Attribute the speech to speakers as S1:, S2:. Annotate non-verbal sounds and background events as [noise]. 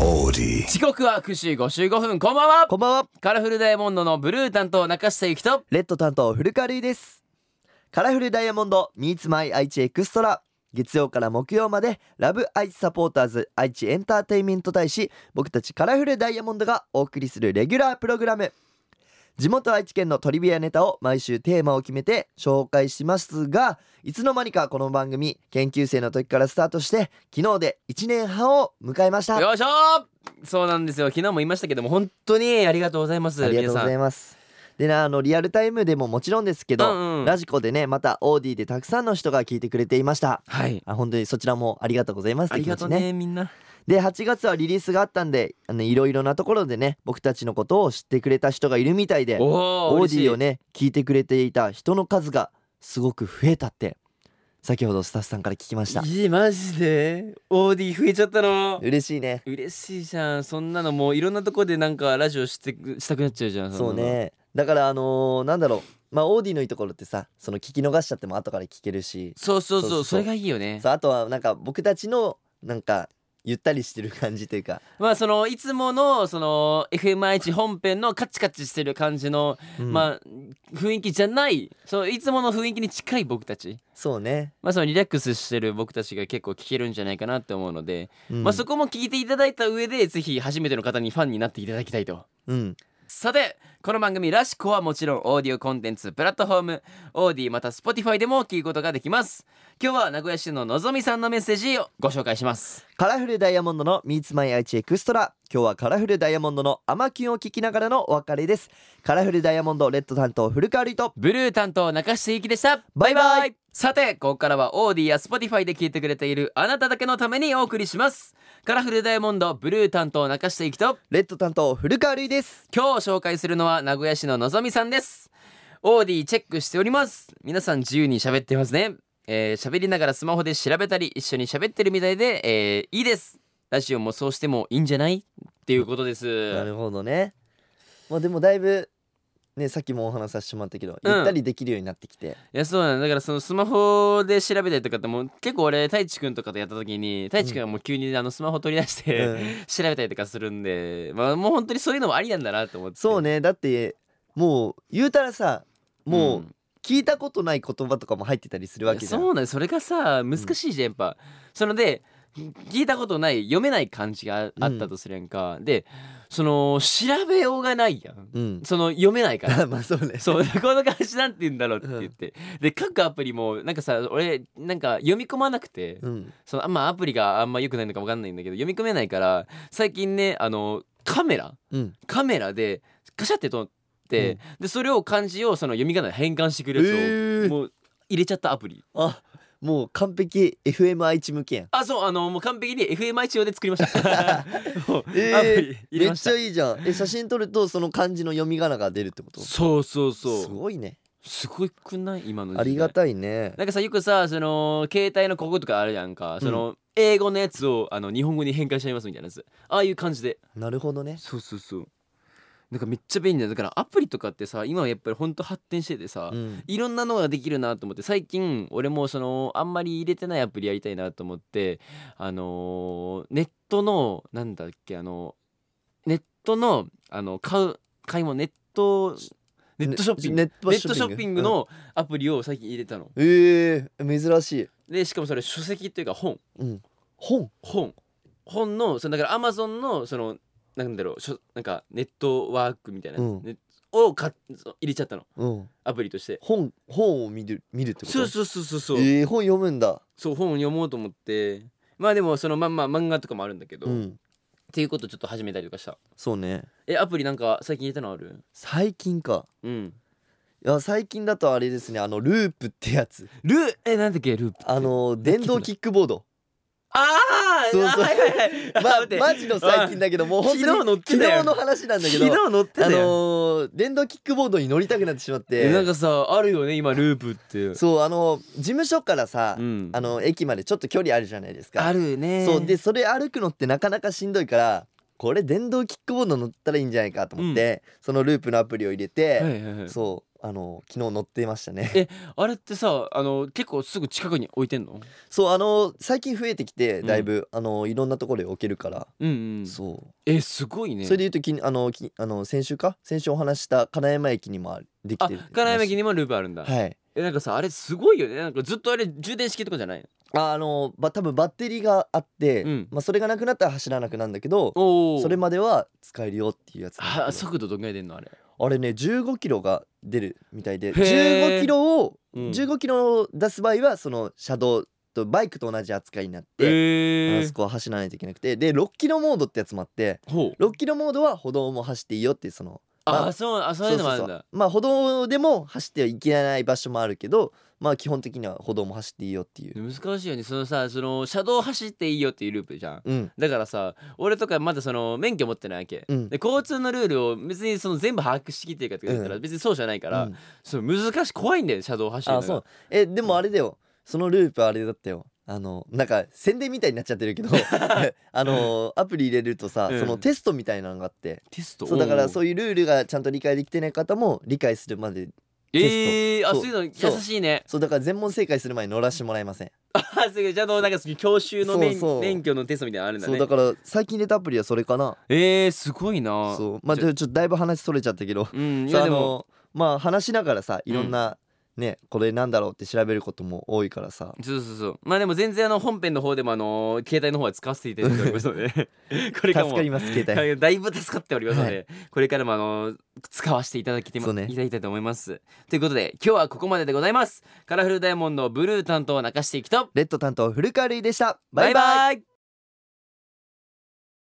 S1: オーディ
S2: 時刻は9時55分こんばんは
S3: こんばんは
S2: カラフルダイヤモンドのブルー担当中下ゆきと
S3: レッド担当古川瑠衣ですカラフルダイヤモンド Meets My 愛知エクストラ月曜から木曜までラブ愛知サポーターズ愛知エンターテインメント大使僕たちカラフルダイヤモンドがお送りするレギュラープログラム地元愛知県のトリビアネタを毎週テーマを決めて紹介しますがいつの間にかこの番組研究生の時からスタートして昨日で1年半を迎えましたあ
S2: よいしょそうなんですよ昨日も言いましたけども本当にありがとうございます
S3: りがとうござい
S2: 皆
S3: ますでなあのリアルタイムでももちろんですけ
S2: さ
S3: ど、
S2: んうんうん
S3: ラジコでねまたオーディでたくさんの人が聞いてくれていました
S2: はい
S3: あ本当にそちらもありがとうございます
S2: ありがとう
S3: って気持ち
S2: ねみんな
S3: で8月はリリースがあったんであのいろいろなところでね僕たちのことを知ってくれた人がいるみたいでオー
S2: お
S3: ディをね聞いてくれていた人の数がすごく増えたって先ほどスタッフさんから聞きました
S2: いいマジでオーディ増えちゃったの
S3: 嬉しいね
S2: 嬉しいじゃんそんなのもういろんなとこでなんかラジオしてくしたくなっちゃうじゃん
S3: そうん
S2: なの
S3: ねだからあのーなんだろうまあオーディのいいところってさその聞き逃しちゃっても後から聞けるし
S2: そうそうそう
S3: そうそう
S2: それがいいよね
S3: そうあとはなんか僕たちのなんかゆったりしてる感じというか、
S2: まあそのいつものその FMIH 本編のカチカチしてる感じの、
S3: うん
S2: まあ雰囲気じゃないそのいつもの雰囲気に近い僕たち
S3: そうね、
S2: まあそのリラックスしてる僕たちが結構聞けるんじゃないかなって思うので、
S3: うん
S2: まあそこも聞いていただいた上でぜひ初めての方にファンになっていただきたいと
S3: うん
S2: さてこの番組らしくはもちろんオーディオコンテンツプラットフォームオーディまた Spotify でも聞くことができます今日は名古屋市ののぞみさんのメッセージをご紹介します
S3: カラフルダイヤモンドの Meets My 愛知エクストラ今日はカラフルダイヤモンドのアマキュンを聞きながらのお別れですカラフルダイヤモンドレッド担当古川瑠衣と
S2: ブルー担当中下ゆきでした
S3: バイバイ
S2: さてここからはオーディや Spotify で聞いてくれているあなただけのためにお送りしますカラフルダイヤモンドブルー担当中下ゆきと
S3: レッド担当古川瑠衣です
S2: 今日紹介するのは名古屋市ののぞみさんですオーディチェックしております皆さん自由に喋ってますねえー喋、りながらスマホで調べたり一緒に喋ってるみたいで、えーいいですラジオもそうしてもいいんじゃないっていうことです
S3: なるほどねまあでもだいぶねさっきもお話しさせてもらったけど、
S2: うん
S3: ゆったりできるようになってきて
S2: いやそうなんだだからそのスマホで調べたりとかってもう結構俺太一くんとかとやった時に太一くんはもう急にあのスマホ取り出して、
S3: うん
S2: 調べたりとかするんでまあもう本当にそういうのもありなんだなと思って
S3: そうねだってもう言うたらさもうん聞いたことない言葉とかも入ってたりするわけじゃん
S2: そうなんそれがさ難しいじゃんやっぱ、そので聞いたことない読めない漢字がああったとするやんか、でその調べようがないやん
S3: うん
S2: その読めないから
S3: [laughs] まあそうね
S2: そうこの漢字なんて言うんだろうって言って、で各アプリもなんかさ俺なんか読み込まなくて、
S3: うん
S2: そのあんまアプリがあんま良くないのか分かんないんだけど読み込めないから最近ねあのカメラ
S3: うん
S2: カメラでカシャって撮って、でそれを漢字をその読み仮名で変換してくれるやつを、
S3: えー
S2: もう入れちゃったアプリ
S3: あもう完璧 FM 愛知向けやん
S2: あそうあのもう完璧に FMI 用で作りま [laughs] したもう
S3: えー
S2: アプリ入れ
S3: めっ
S2: まし
S3: ち
S2: た
S3: ゃいいじゃんえ写真撮るとその漢字の読み仮名が出るってこと
S2: そうそうそう
S3: すごいね
S2: すごくない今の時代
S3: ありがたいね
S2: なんかさよくさその携帯のこことかあるやんかその、英語のやつをあの日本語に変換しちゃいますみたいなやつああいう感じで
S3: なるほどね
S2: そうそうそうなんかめっちゃ便利だよだからアプリとかってさ今はやっぱりほんと発展しててさ、
S3: うん
S2: いろんなのができるなと思って最近俺もそのあんまり入れてないアプリやりたいなと思ってあのーネットのなんだっけあのネットのあの買う買い物ネットネットショッピング
S3: ネ
S2: ネ
S3: ット
S2: ットショッピング、のアプリを最近入れたの
S3: うんえー、珍しい、
S2: でしかもそれ書籍というか本
S3: うん、本
S2: 本本のそのだからアマゾンのそのなんだろうしょなんかネットワークみたいなやつ、
S3: うん
S2: ねを買っそう入れちゃったの
S3: うん
S2: アプリとして
S3: 本本を見る見るってこと
S2: そうそうそうそうそう、
S3: えー、本読むんだ
S2: そう本を読もうと思ってまあでもそのまんま漫画とかもあるんだけど、
S3: う
S2: っ
S3: ん
S2: ていうことをちょっと始めたりとかした
S3: そうね
S2: えアプリなんか最近入れたのある
S3: 最近か
S2: うん
S3: いや最近だとあれですねあのループってやつ
S2: ルーえ [laughs] なんだっけループって
S3: あの電動キックボード
S2: あー
S3: そうそう
S2: あはいはいはいあ
S3: ま
S2: [laughs] 待って
S3: マジの最近だけどもう本当に
S2: 昨日乗ってたよ
S3: 昨日の話なんだけど
S2: 昨日乗って
S3: あ
S2: た
S3: の
S2: よ、
S3: ー電動キックボードに乗りたくなってしまっ
S2: えなん
S3: て
S2: かさあるよね今ループって
S3: そうあの事務所からさ、
S2: ん
S3: あの駅までちょっと距離あるじゃないですか
S2: あるね
S3: そうでそれ歩くのってなかなかしんどいからこれ電動キックボード乗ったらいいんじゃないかと思って、そのループのアプリを入れて、
S2: はいはいはい
S3: そうあの昨日乗っていましたね [laughs]
S2: えあれってさあの結構すぐ近くに置いてんの
S3: そうあの最近増えてきてだいぶ、あのいろんなところで置けるから、
S2: うんうん
S3: そう
S2: えすごいね
S3: それで言うときんあのきあの先週か先週お話しした金山駅にもでき
S2: あ
S3: てる
S2: 金山駅
S3: に
S2: にもループあるんだ、
S3: はい
S2: えなんかさあれすごいよねなんかずっとあれ充電式とかじゃないの
S3: ああのば多分バッテリーがあって、
S2: うん
S3: まあ、それがなくなったら走らなくなるんだけど
S2: お
S3: それまでは使えるよっていうやつなんだけど
S2: あ速度どんぐらい出んのあれ
S3: あれね15キロが出るみたいで
S2: へー
S3: 15キロを、
S2: うん
S3: 15キロを出す場合はその車道とバイクと同じ扱いになって、
S2: え
S3: あそこは走らないといけなくてで6キロモードってやつもあって
S2: ほう
S3: 6キロモードは歩道も走っていいよっていうそのま
S2: あそうあそういうのもあるん
S3: そうそう
S2: だ
S3: そうまあ歩道でも走ってはいけない場所もあるけどまあ基本的には歩道も走っていいよっていう、
S2: 難しいよねそのさその車道走っていいよっていうループじゃん
S3: うん
S2: だからさ俺とかまだその免許持ってないわけ
S3: うん
S2: で交通のルールを別にその全部把握しきってるかって言ったら
S3: う
S2: 別にそうじゃないから、
S3: うん
S2: そう難しい怖いんだよね車道走るの
S3: あ
S2: が
S3: そうえでもあれだよそのループあれだったよあのなんか宣伝みたいになっちゃってる
S2: [laughs]
S3: けどあのアプリ入れるとさ、
S2: うん
S3: そのテストみたいなのがあって
S2: テスト
S3: そうだからそう
S2: いう
S3: いうルールがちゃんと理解できてない方も理解するまで
S2: えー、あ
S3: そ
S2: そうういう
S3: そう
S2: の優しいね [laughs]
S3: そうだから全問正解する前に乗らしてもらえません、
S2: あすごいじゃあのなんかそういう教習の
S3: そう
S2: 免
S3: そう
S2: 免許のテストみたいなのあるんだ
S3: そう
S2: ね
S3: だから最近入れたアプリはそれかな
S2: えー、すごいな
S3: そうまあちょちょっとだいぶ話それちゃったけど
S2: うんい
S3: そう
S2: や
S3: あ
S2: でも
S3: のまあ話しながらさいろんな、ねこれなんだろうって調べることも多いからさ
S2: そうそうそうまあでも全然あの本編の方でもあの携帯の方は使わせていただいておりますの
S3: [laughs]
S2: でこれ
S3: 助
S2: からも
S3: かります携帯
S2: はいだいぶ助かっておりますので、これからもあの使わせていただきても、
S3: そうね
S2: いただきたいと思いますということで今日はここまででございますカラフルダイヤモンドブルー担当中していきと
S3: レッド担当古川瑠衣でした
S2: バイバイ